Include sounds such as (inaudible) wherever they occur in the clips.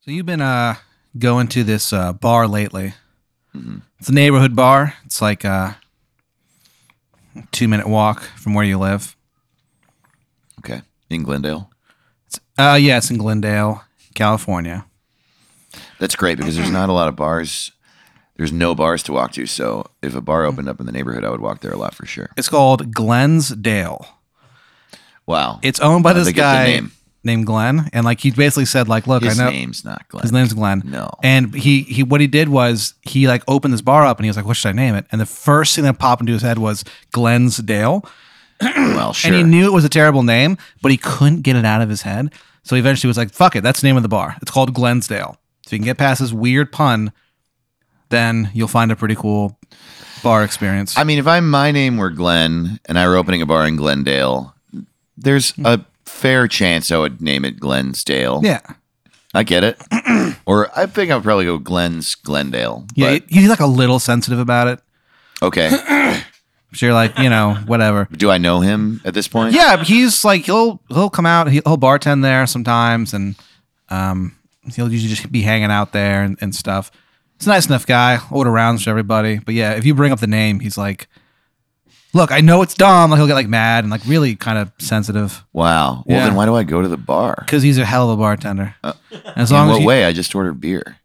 So you've been uh going to this uh, bar lately. Mm-hmm. It's a neighborhood bar. It's like a two minute walk from where you live. Okay. In Glendale. Uh yeah, it's in Glendale, California. That's great because there's not a lot of bars. There's no bars to walk to. So if a bar opened up in the neighborhood, I would walk there a lot for sure. It's called Glensdale. Wow. It's owned by How'd this they get the guy name? named Glenn, and like he basically said, like, look, His I know name's not Glenn. his name's Glenn. (clears throat) No. And he he what he did was he like opened this bar up and he was like, what should I name it? And the first thing that popped into his head was Glensdale. well, sure. And he knew it was a terrible name, but he couldn't get it out of his head. So he eventually was like, fuck it, that's the name of the bar. It's called Glensdale. If you can get past this weird pun, then you'll find a pretty cool bar experience. I mean, if I my name were Glenn and I were opening a bar in Glendale, there's a fair chance I would name it Glensdale. yeah. I get it. (clears throat) or I think I'd probably go Glenn's Glendale. Yeah. but- he- he's like a little sensitive about it. okay. But you're like, you know, whatever. Do I know him at this point? Yeah, but he's like he'll he'll come out, he- he'll bartend there sometimes and um he'll usually just be hanging out there and, and stuff. He's a nice enough guy, order rounds for everybody. But yeah, if you bring up the name, he's like Look, I know it's dumb. Like he'll get like mad and like really kind of sensitive Wow. Well, Yeah. then why do I go to the bar? because he's a hell of a bartender. as Uh, In long as what he, way? I just ordered beer.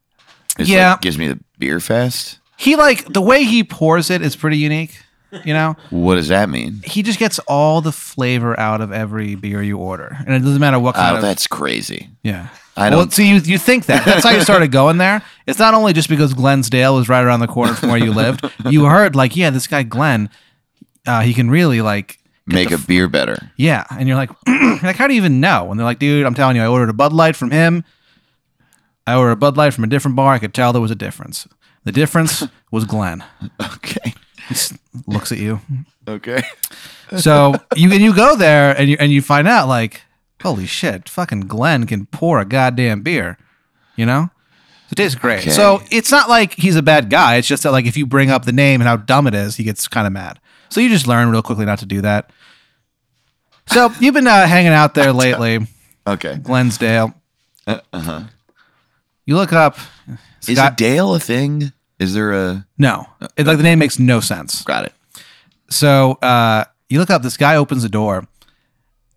It's Yeah. Like, gives me the beer fest. he like the way he pours it is pretty unique. You know, What does that mean? he just gets all the flavor out of every beer you order, and it doesn't matter what kind Oh, of that's crazy. Yeah. I Well, don't- see, you, you think that. That's how you (laughs) started going there. It's not only just because Glensdale is right around the corner from where you (laughs) lived. You heard, like, yeah, this guy, Glenn, uh, he can really, like, get Make the a beer (laughs) better. yeah. And you're like, (clears throat) you're like, how do you even know? And they're like, dude, I'm telling you, I ordered a Bud Light from him. I ordered a Bud Light from a different bar. I could tell there was a difference. The (laughs) difference was Glenn. Okay. He s- looks at you. Okay. So you and you go there and you and you find out like, holy shit, fucking Glenn can pour a goddamn beer, you know. So it tastes great. Okay. So it's not like he's a bad guy. It's just that like if you bring up the name and how dumb it is, he gets kind of mad. So you just learn real quickly not to do that. So you've been uh, hanging out there lately, Okay. Uh-huh. Glensdale. You look up. it's Is a got- Dale a thing? Is there a? no, it's like the name makes no sense. Got it. So uh, you look up. This guy opens the door.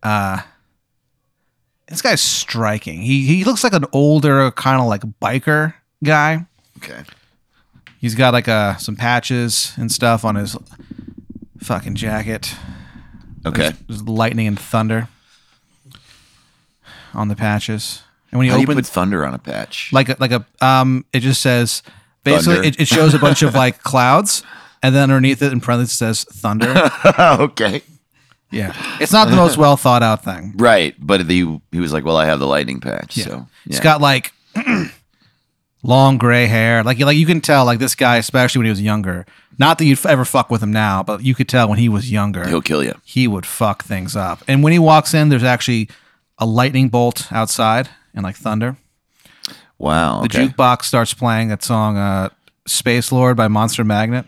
Uh, this guy's striking. He he looks like an older kind of like biker guy. Okay. He's got like uh some patches and stuff on his fucking jacket. Okay. There's lightning and thunder on the patches. And when he How do you opens, put thunder on (laughs) a patch? like a, like a um, it just says basically Thunder. it, it shows a bunch (laughs) of like clouds, and then underneath it in parentheses it says (laughs) thunder. okay. yeah, it's not the (laughs) most well thought out thing. Right, but the he was like, "Well, I have the lightning patch." Yeah. So He's got like (clears throat) long gray hair. Like like you can tell like this guy, especially when he was younger. Not that you'd ever fuck with him now, but you could tell when he was younger, He'll kill you. he would fuck things up. And when he walks in, there's actually a lightning bolt outside and like thunder. Wow. The Okay. jukebox starts playing that song uh, "Space Lord" by Monster Magnet.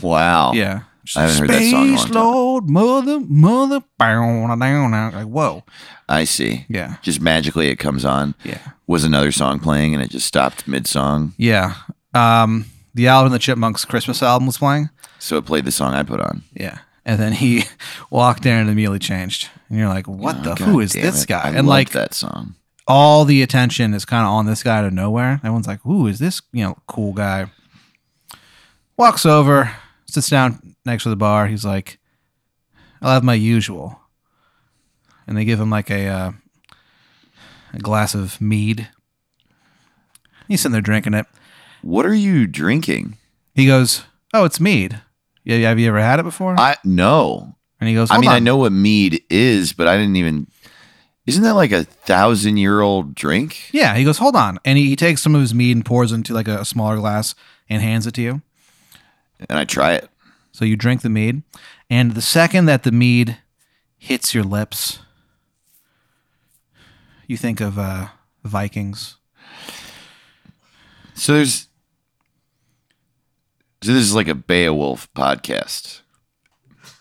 Wow. Yeah. I haven't heard that song in a long Space time. Lord, mother, mother, bow, down, down. like whoa, I see. yeah, Just magically it comes on. yeah. Was another song playing and it just stopped mid song. Yeah. Um, the album, the Chipmunks Christmas album was playing. So it played the song I put on. Yeah. And then he (laughs) walked in and immediately changed. And you're like, what the? Who is Oh, Damn this it. guy? I and loved like, that song. all the attention is kind of on this guy out of nowhere. Everyone's like, who is this, you know, cool guy? Walks over, sits down next to the bar. He's like, I'll have my usual. And they give him like a, uh, a glass of mead. He's sitting there drinking it. What are you drinking? He goes, "Oh, it's mead. Yeah, have you ever had it before?" I no. and he goes, I "Hold mean, I on." know what mead is, but I didn't even. Isn't that like a thousand year old drink? Yeah, he goes, "Hold on," and he, he takes some of his mead and pours into like a, a smaller glass and hands it to you. And I try it. So you drink the mead, and the second that the mead hits your lips, you think of uh, Vikings. So there's. So this is like a Beowulf podcast.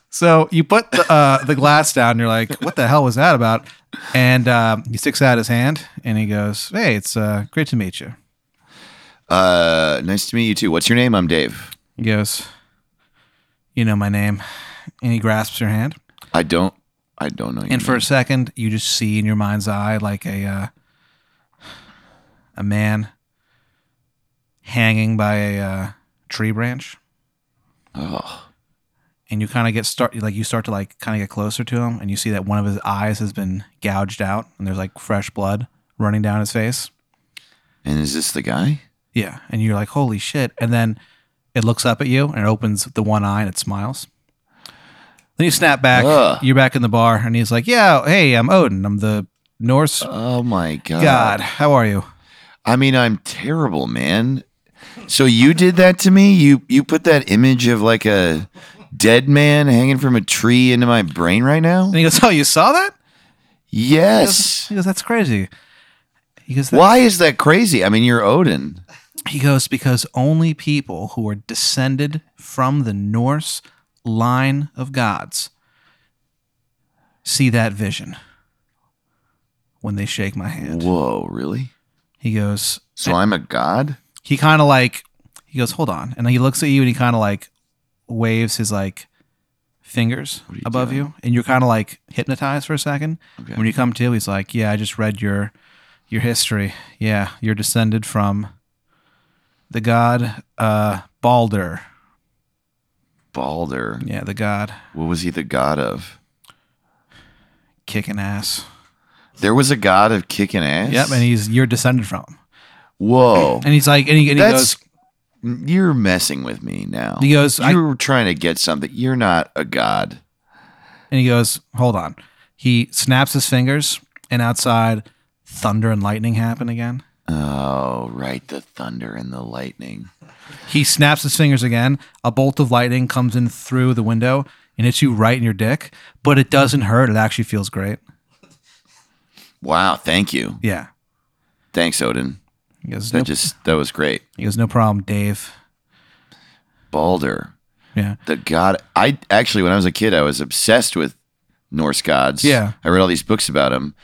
So you put the, uh, the glass down. And you're like, "What the hell was that about?" and uh, he sticks out his hand and he goes, "Hey, it's uh, great to meet you." Uh, nice to meet you too. What's your name? I'm Dave. He goes, "You know my name," and he grasps your hand. I don't. I don't know. Your And for name. a second, you just see in your mind's eye like a uh, a man hanging by a uh, tree branch, oh, and you kind of get start like you start to like kind of get closer to him, and you see that one of his eyes has been gouged out, and there's like fresh blood running down his face. and is this the guy? Yeah, and you're like, holy shit! And then it looks up at you and it opens the one eye and it smiles. Then you snap back. Ugh. You're back in the bar, and he's like, "Yeah, hey, I'm Odin. I'm the Norse Oh my god. god. How are you?" I mean, I'm terrible, man. So you did that to me? You you put that image of like a dead man hanging from a tree into my brain right now? And he goes, "Oh, you saw that?" He goes, Yes. he goes, "That's crazy." He goes, "That- Why is that crazy? I mean, you're Odin. He goes because only people who are descended from the Norse line of gods see that vision when they shake my hand." Whoa, really? He goes, So I'm a god? he kind of like he goes hold on and he looks at you and he kind of like waves his like fingers What are you above doing? you and you're kind of like hypnotized for a second Okay. when you come to he's like yeah i just read your your history yeah you're descended from the god uh balder Balder. yeah the god What was he the god of? kicking ass There was a god of kicking ass. yep and he's you're descended from him Whoa. and he's like and he, and he That's goes you're messing with me now. he goes I, You're trying to get something. You're not a god. And he goes, Hold on. He snaps his fingers, and outside, thunder and lightning happen again. Oh, right. The thunder and the lightning. He snaps his fingers again. A bolt of lightning comes in through the window and hits you right in your dick, but it doesn't hurt. It actually feels great. Wow. Thank you. Yeah. Thanks, Odin. He goes, That "Nope." just that was great. he goes No problem, Dave. Balder, Yeah. the god. I actually, when I was a kid, I was obsessed with Norse gods. Yeah. I read all these books about him.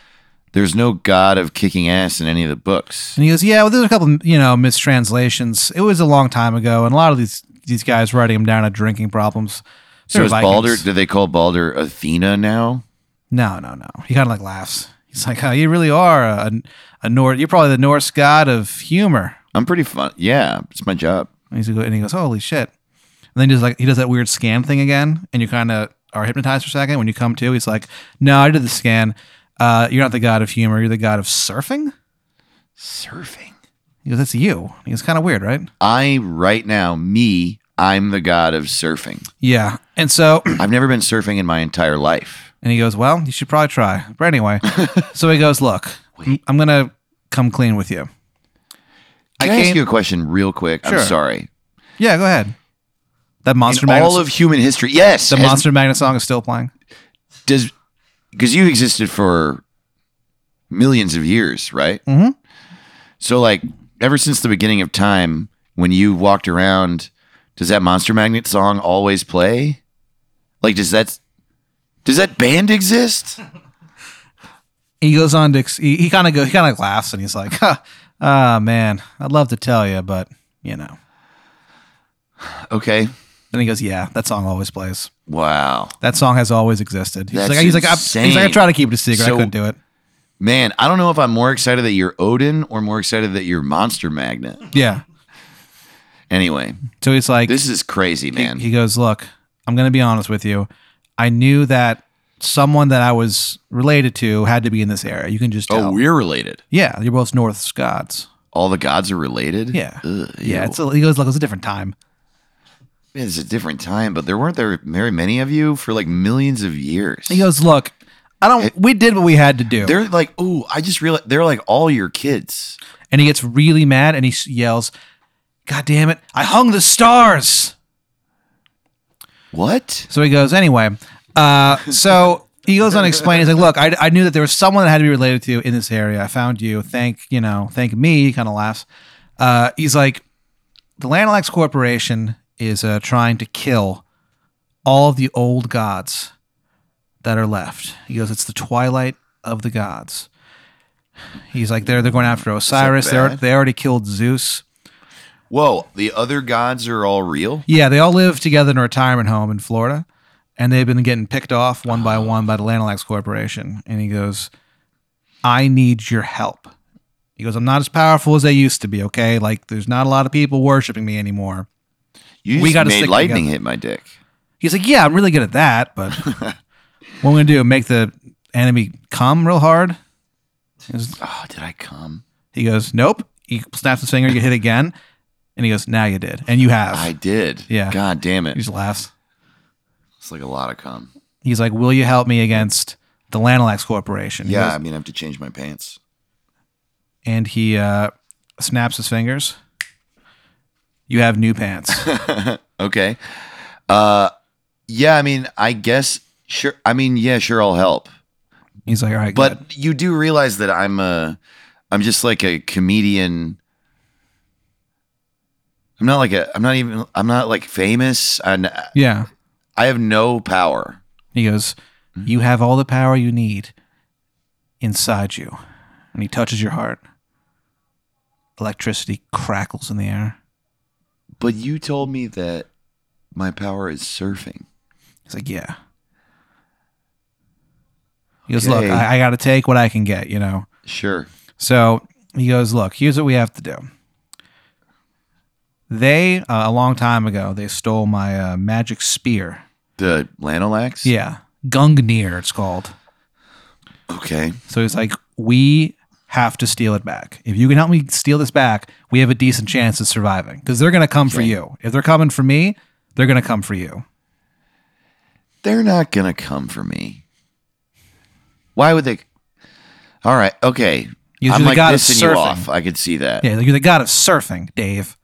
There's no god of kicking ass in any of the books. And he goes, Yeah, well, there's a couple, you know, mistranslations. It was a long time ago, and a lot of these these guys writing him down had drinking problems. So They're is Vikings. Balder? Do they call Balder Athena now? No, no, no. He kind of like laughs. He's like, oh, you really are a, a Norse. You're probably the Norse god of humor. I'm pretty fun. Yeah, it's my job. And, he's, and he goes, holy shit. And then just like he does that weird scan thing again, and you kind of are hypnotized for a second. When you come to, he's like, no, I did the scan. Uh, you're not the god of humor. You're the god of surfing. Surfing. He goes, that's you. He goes, kind of weird, right? I right now, me, I'm the god of surfing. Yeah. And so, I've never been surfing in my entire life. and he goes, well, you should probably try. But (laughs) anyway, so he goes, look, I'm gonna come clean with you. Can I, I ask came- you a question real quick? Sure. I'm sorry. Yeah, go ahead. That monster in magnet. all of human history, yes, the has- monster magnet song is still playing. does because you existed for millions of years, right? Mhm. So, like, ever since the beginning of time, when you walked around, does that monster magnet song always play? Like, does that does that (laughs) band exist? he goes on to ex- he, he kind of go he kind of laughs and he's like ah man i'd love to tell you but you know Okay, then he goes yeah that song always plays wow, that song has always existed he's That's like he's like, I, he's like i insane. try to keep it a secret i So- couldn't do it man, I don't know if I'm more excited that you're Odin or more excited that you're monster magnet. yeah Anyway, so he's like this is crazy, man. he goes look i'm gonna be honest with you i knew that someone that i was related to had to be in this area you can just tell Oh, we're related. yeah you're both north scots All the gods are related. Yeah. Ugh, yeah ew. it's a, he goes look it's a different time It's a different time, but there weren't there very many of you for like millions of years. he goes look i don't we did what we had to do they're like, oh, I just realized they're like all your kids. and he gets really mad and he s- yells, "God damn it! I hung the stars!" What? So he goes anyway. Uh, so he goes on explaining. He's like, "Look, I, I knew that there was someone that had to be related to in this area. I found you. Thank you know, thank me." He kind of laughs. Uh, he's like, "The Lanalax Corporation is uh, trying to kill all of the old gods that are left." He goes, "It's the twilight of the gods. He's like, they're they're going after Osiris. They are bad? they already killed Zeus. Whoa, the other gods are all real? Yeah, they all live together in a retirement home in Florida, and they've been getting picked off one by one by the Lanalax Corporation. And he goes, "I need your help." He goes, "I'm not as powerful as I used to be. Okay, like there's not a lot of people worshiping me anymore." You just We gotta made stick lightning together. hit my dick. He's like, "Yeah, I'm really good at that, but what I'm gonna do make the enemy come real hard." He goes- Oh, did I (sighs) come? He goes, "Nope." He snaps his finger, you hit again, and he goes, "Now you did, and you have." I did. Yeah. God damn he it. just laughs. It's like a lot of cum. He's like, "Will you help me against the Lanalax Corporation?" He Yeah, goes- I'm gonna have to change my pants. (laughs) and he uh, snaps his fingers. You have new pants. okay. Uh yeah, I mean, I guess sure I mean, yeah, sure I'll help. He's like, "All right, But good." you do realize that I'm a I'm just like a comedian. I'm not like a I'm not even I'm not like famous and yeah." I have no power. He goes, "You have all the power you need inside you," and he touches your heart. Electricity crackles in the air. But you told me that my power is surfing. He's like, yeah. He goes, Okay. look, I, I got to take what I can get, you know. Sure. So he goes, look, here's what we have to do. They uh, a long time ago they stole my uh, magic spear. The Lanolax? Yeah, Gungnir, it's called. Okay. So he's like, we have to steal it back. If you can help me steal this back, we have a decent chance of surviving because they're gonna come for Okay. you. If they're coming for me, they're gonna come for you. They're not going to come for me. Why would they? All right. Okay. You're I'm the like god of pissing you surfing. off. I could see that. Yeah, you're the god of surfing, Dave.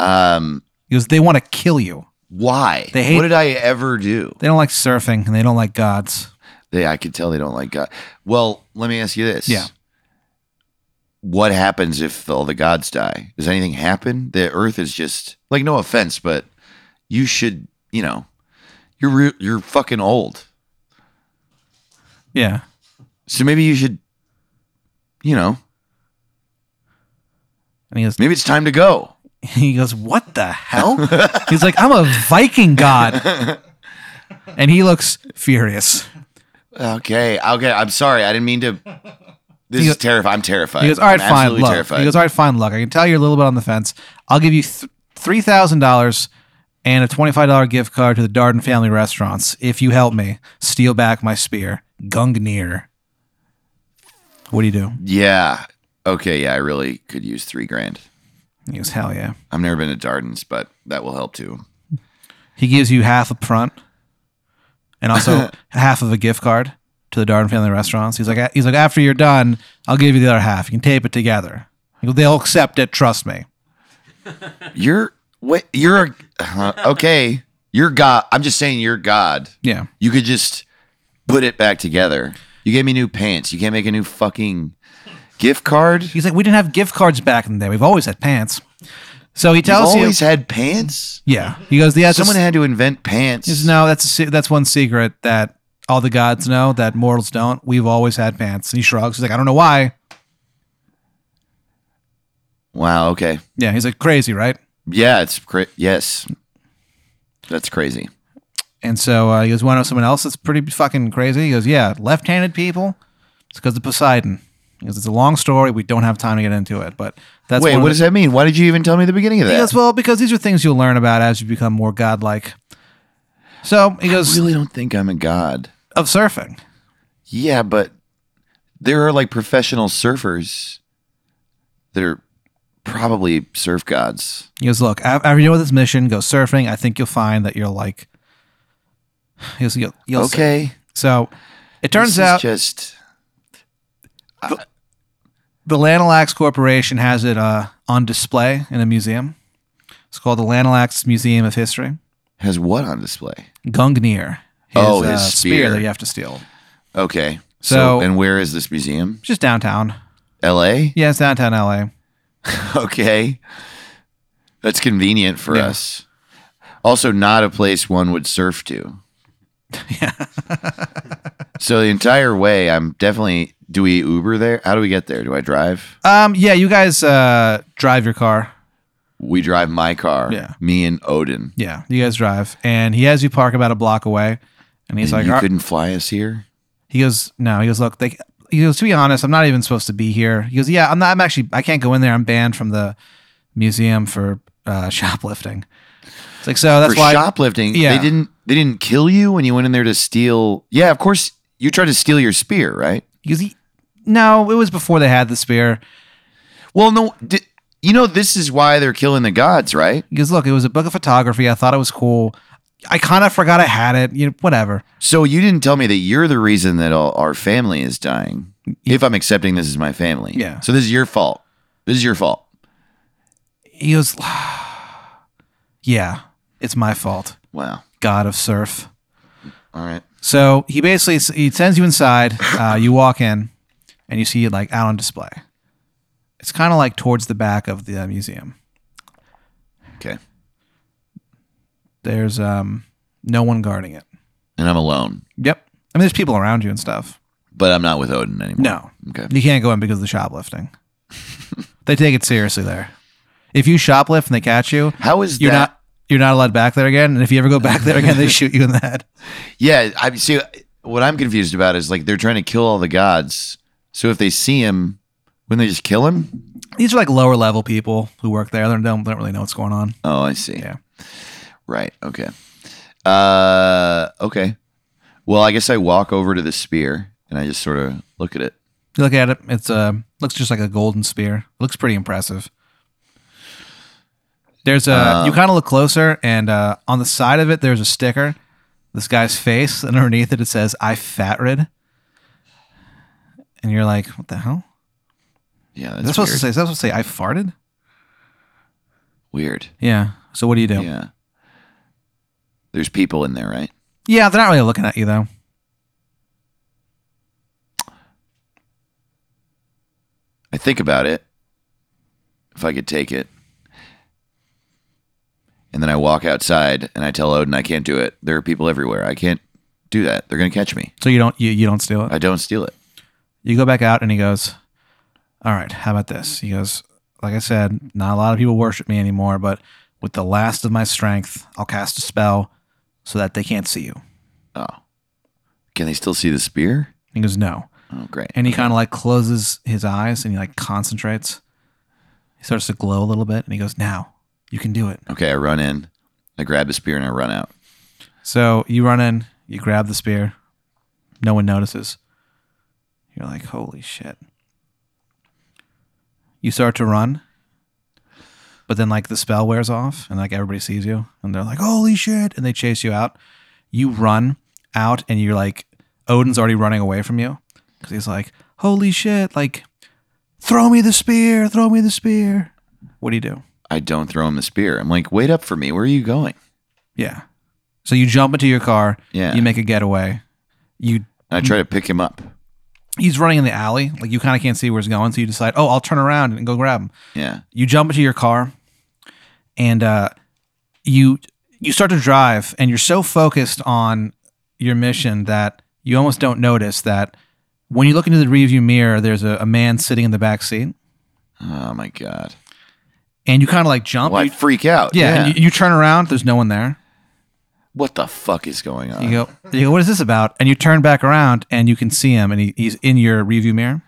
Um, because they want to kill you. why? They hate- what did I ever do? They don't like surfing and they don't like gods. They, I could tell they don't like God. Well, let me ask you this. Yeah. What happens if all the gods die? Does anything happen? The earth is just like no offense, but you should, you know, you're re- you're fucking old. Yeah. So maybe you should you know, And he goes, maybe it's time to go. he goes, what the hell? He's like, I'm a Viking god. And he looks furious. Okay. Okay. I'm sorry. I didn't (laughs) mean to. This He is go- terrifying. I'm terrified. He goes, all right, I'm fine, Absolutely look. terrified. He goes, all right, fine, look. I can tell you're a little bit on the fence. I'll give you th- $3,000 and a $25 gift card to the Darden family restaurants if you help me steal back my spear, Gungnir. What do you do? yeah. Okay. Yeah. I really could use three grand. He goes, hell yeah. I've never been to Darden's, but that will help too. He gives you half up front, and (laughs) also half of a gift card to the Darden family restaurants. He's like, he's like, after you're done, I'll give you the other half. You can tape it together. He goes, They'll accept it. Trust me. You're what? You're a, uh, okay. You're God. I'm just saying you're God. Yeah. You could just put it back together. You gave me new pants. You can't make a new fucking gift card. You've He's like, we didn't have gift cards back in the day. We've always had pants. So he tells always you, had pants. yeah. He goes, yeah. Someone Someone had to invent pants. has- no, that's a, se- that's one secret that all the gods know that mortals don't. We've always had pants. And he shrugs. He's like, I don't know why. Wow. Okay. Yeah. He's like, crazy, right? Yeah, it's cra- yes. That's crazy. And so uh, he goes, "Want to know someone else that's pretty fucking crazy?" He goes, "Yeah, left-handed people. It's because of Poseidon." He goes, "It's a long story. We don't have time to get into it, but that's Wait, one what of does the- that mean? Why did you even tell me the beginning of He that? goes, "Well, because these are things you'll learn about as you become more godlike." So he I goes, really don't think I'm a god. "Of surfing." Yeah, but there are like professional surfers that are probably surf gods. He goes, "Look, af- after you know with this mission, go surfing. I think you'll find that you're like." (sighs) He goes, "You'll, you'll surf." okay. So it this turns is out just the Lanalax Corporation has it uh, on display in a museum. It's called the Lanalax Museum of History. has what on display. Gungnir. uh, Oh, his spear. that you have to steal. Okay. So- and where is this museum? Just downtown. (laughs) L.A. Yeah, it's downtown LA. Okay. That's convenient for Yeah. (laughs) us. Also, not a place one would surf to. yeah. So the entire way, I'm definitely. Do we Uber there? How do we get there? Do I drive? Um, yeah, you guys uh, drive your car. We drive my car. Yeah. Me and Odin. Yeah, you guys drive, and he has you park about a block away, and he's And like, you "All right." couldn't fly us here. he goes, no, he goes, look, they, he goes, to be honest, I'm not even supposed to be here. He goes, yeah, I'm not. I'm actually, I can't go in there. I'm banned from the museum for uh, (laughs) shoplifting. It's like so. That's For why. shoplifting, Yeah. they didn't. They didn't kill you when you went in there to steal. Yeah, of course. You tried to steal your spear, right? he goes, "He- no, it was before they had the spear. Well, no. Di- you know this is why they're killing the gods, right? He goes, look, it was a book of photography. I thought it was cool. I kind of forgot I had it. You know, whatever. So you didn't tell me that you're the reason that all, our family is dying. If I'm accepting this as my family, Yeah. So this is your fault. This is your fault. He goes, (sighs) yeah, it's my fault. Wow. God of surf. All right. So he basically he sends you inside. Uh, you walk in, and you see it like out on display. It's kind of like towards the back of the uh, museum. Okay. There's um no one guarding it. And I'm alone, Yep. I mean, there's people around you and stuff. but I'm not with Odin anymore. No, Okay. you can't go in because of the shoplifting. they take it seriously there. If you shoplift and they catch you, How is you're that? not you're not allowed back there again. And if you ever go back there again, they shoot you in the head. Yeah, I see. What I'm confused about is like they're trying to kill all the gods. So if they see him, wouldn't they just kill him? These are like lower level people who work there. They don't, they don't really know what's going on. Oh, I see. Yeah. Right. Okay. Uh. Okay. Well, I guess I walk over to the spear and I just sort of look at it. You look at it. It's uh, looks just like a golden spear. Looks pretty impressive. There's a. Uh, you kind of look closer, and uh, on the side of it, there's a sticker. This guy's face, and underneath it, it says "I fat rid." And you're like, "What the hell?" Yeah. Is that That's, supposed weird. to say? Is that supposed to say "I farted"? weird. Yeah. So what do you do? Yeah, Yeah. There's people in there, right? they're not really looking at you though. I think about it. If I could take it. And then I walk outside and I tell Odin I can't do it. There are people everywhere. I can't do that. They're going to catch me. So you don't you, you don't steal it. I don't steal it. You go back out, and he goes, "All right, how about this?" He goes, "Like I said, not a lot of people worship me anymore, but with the last of my strength, I'll cast a spell so that they can't see you." Oh. Can they still see the spear? He goes, "No," Oh, great. and he kind of like closes his eyes and he like concentrates. He starts to glow a little bit, and he goes, "Now you can do it." Okay, I run in. I grab the spear and I run out. So you run in, you grab the spear. No one notices. You're like, holy shit. You start to run, but then like the spell wears off and like everybody sees you and they're like, holy shit. And they chase you out. You run out and you're like, Odin's already running away from you because he's like, holy shit. Like, throw me the spear, throw me the spear. What do you do? I don't throw him the spear. I'm like, wait up for me. Where are you going? Yeah. So you jump into your car, Yeah. you make a getaway. You And I try to pick him up. he's running in the alley. Like you kind of can't see where he's going, so you decide, oh, I'll turn around and go grab him. Yeah. You jump into your car, and uh, you you start to drive, and you're so focused on your mission that you almost don't notice that when you look into the rearview mirror, there's a, a man sitting in the back seat, Oh, my God. and you kind of like jump. Well, I You- freak out. yeah, and you, you turn around. There's no one there. What the fuck is going on? You go, you go, what is this about? And you turn back around, and you can see him, and he, he's in your rearview mirror.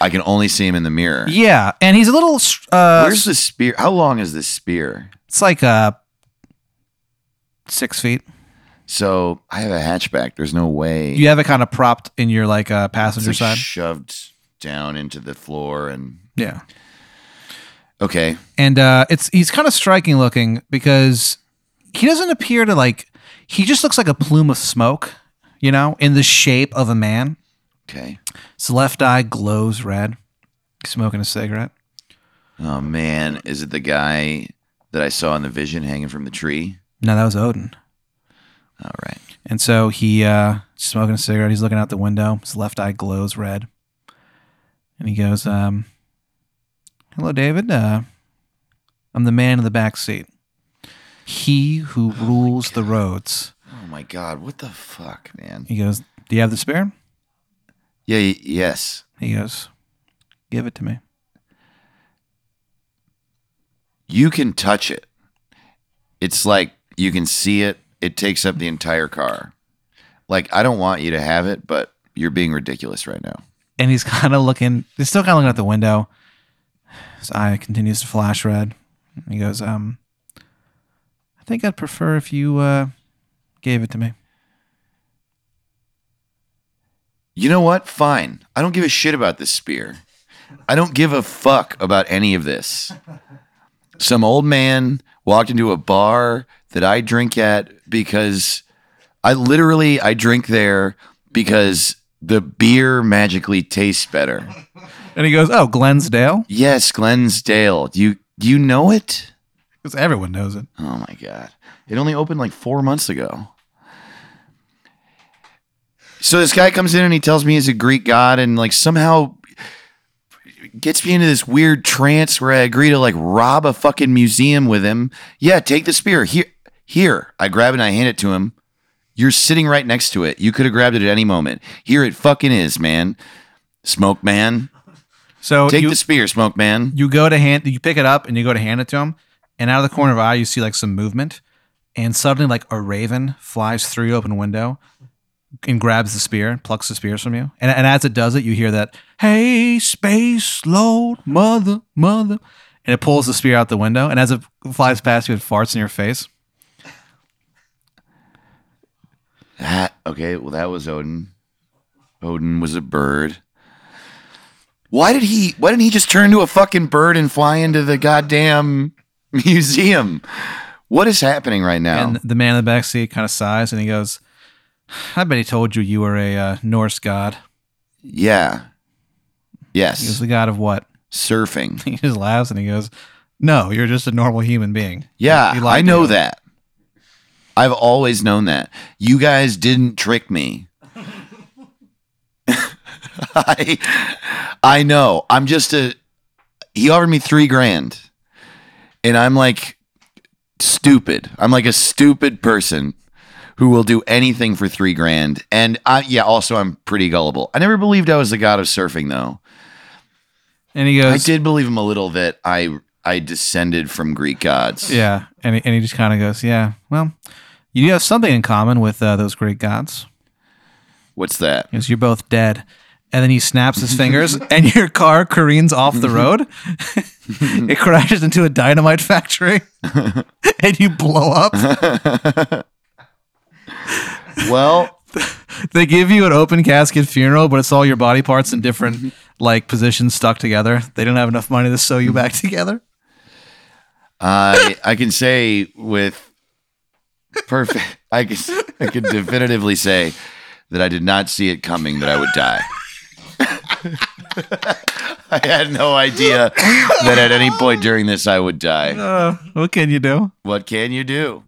I can only see him in the mirror. Yeah, and he's a little. str- Uh, Where's the spear? How long is this spear? It's like uh six feet. So I have a hatchback. There's no way You have it kind of propped in your like uh, it's passenger like side. shoved down into the floor and yeah, okay. and uh, it's he's kind of striking looking because he doesn't appear to like he just looks like a plume of smoke, you know, in the shape of a man. Okay. His left eye glows red. He's smoking a cigarette. Oh man, is it the guy that I saw in the vision hanging from the tree? No, that was Odin. All right. And so he uh smoking a cigarette, he's looking out the window, his left eye glows red. And he goes, um, hello David, uh, I'm the man in the back seat. He who rules the roads. Oh my god, what the fuck, man? He goes, Do you have the spare? Yeah, y- yes. He goes, Give it to me. You can touch it. It's like you can see it. It takes up the entire car. Like I don't want you to have it, but you're being ridiculous right now. And he's (laughs) kind of looking, he's still kind of looking out the window. His eye continues to flash red. He goes, um, I think I'd prefer if you uh, gave it to me. You know what? Fine. I don't give a shit about this spear. I don't give a fuck about any of this. Some old man walked into a bar that I drink at because I literally I drink there because the beer magically tastes better. And he goes, Oh, Glensdale? Yes, Glensdale. Do you do you know it? Because everyone knows it. Oh my god. It only opened like 4 months ago. So this guy comes in and he tells me he's a Greek god and like somehow gets me into this weird trance where I agree to like rob a fucking museum with him. Yeah, take the spear. Here here. I grab it and I hand it to him. You're sitting right next to it. You could have grabbed it at any moment. Here it fucking is, man. Smoke man. So Take Oh, you, the spear, smoke man. you go to hand you pick it up and you go to hand it to him and out of the corner of your eye you see like some movement and suddenly like a raven flies through your open window and grabs the spear and plucks the spears from you and, and as it does it you hear that hey space lord mother mother and it pulls the spear out the window and as it flies past you it farts in your face That okay, well that was Odin. Odin was a bird. Why did he why didn't he just turn into a fucking bird and fly into the goddamn (laughs) museum? What is happening right now? and the man in the backseat kind of sighs and he goes i bet he told you you were a uh, norse god yeah. he was Yes. the god of what Surfing. he just laughs and he goes no you're just a normal human being Yeah, He lied I to know you. that. I've always known that. You guys didn't trick me. (laughs) I, I know. I'm just a. He offered me three grand, and I'm like stupid. I'm like a stupid person who will do anything for three grand. And I, yeah, also I'm pretty gullible. I never believed I was the god of surfing, though. and he I goes did believe him a little that I I descended from Greek gods. Yeah, and he, and he just kind of goes, "Yeah, well, you do have something in common with uh, those great gods, What's that? because you're both dead." And then he snaps his fingers, and your car careens off the road. (laughs) it crashes into a dynamite factory, (laughs) and you blow up. Well, They give you an open casket funeral, but it's all your body parts in different like positions stuck together. They don't have enough money to sew you back (laughs) together. I I can say with perfect I can I can definitively say that I did not see it coming that I would die. (laughs) I had no idea that at any point during this I would die. Uh, what can you do? What can you do?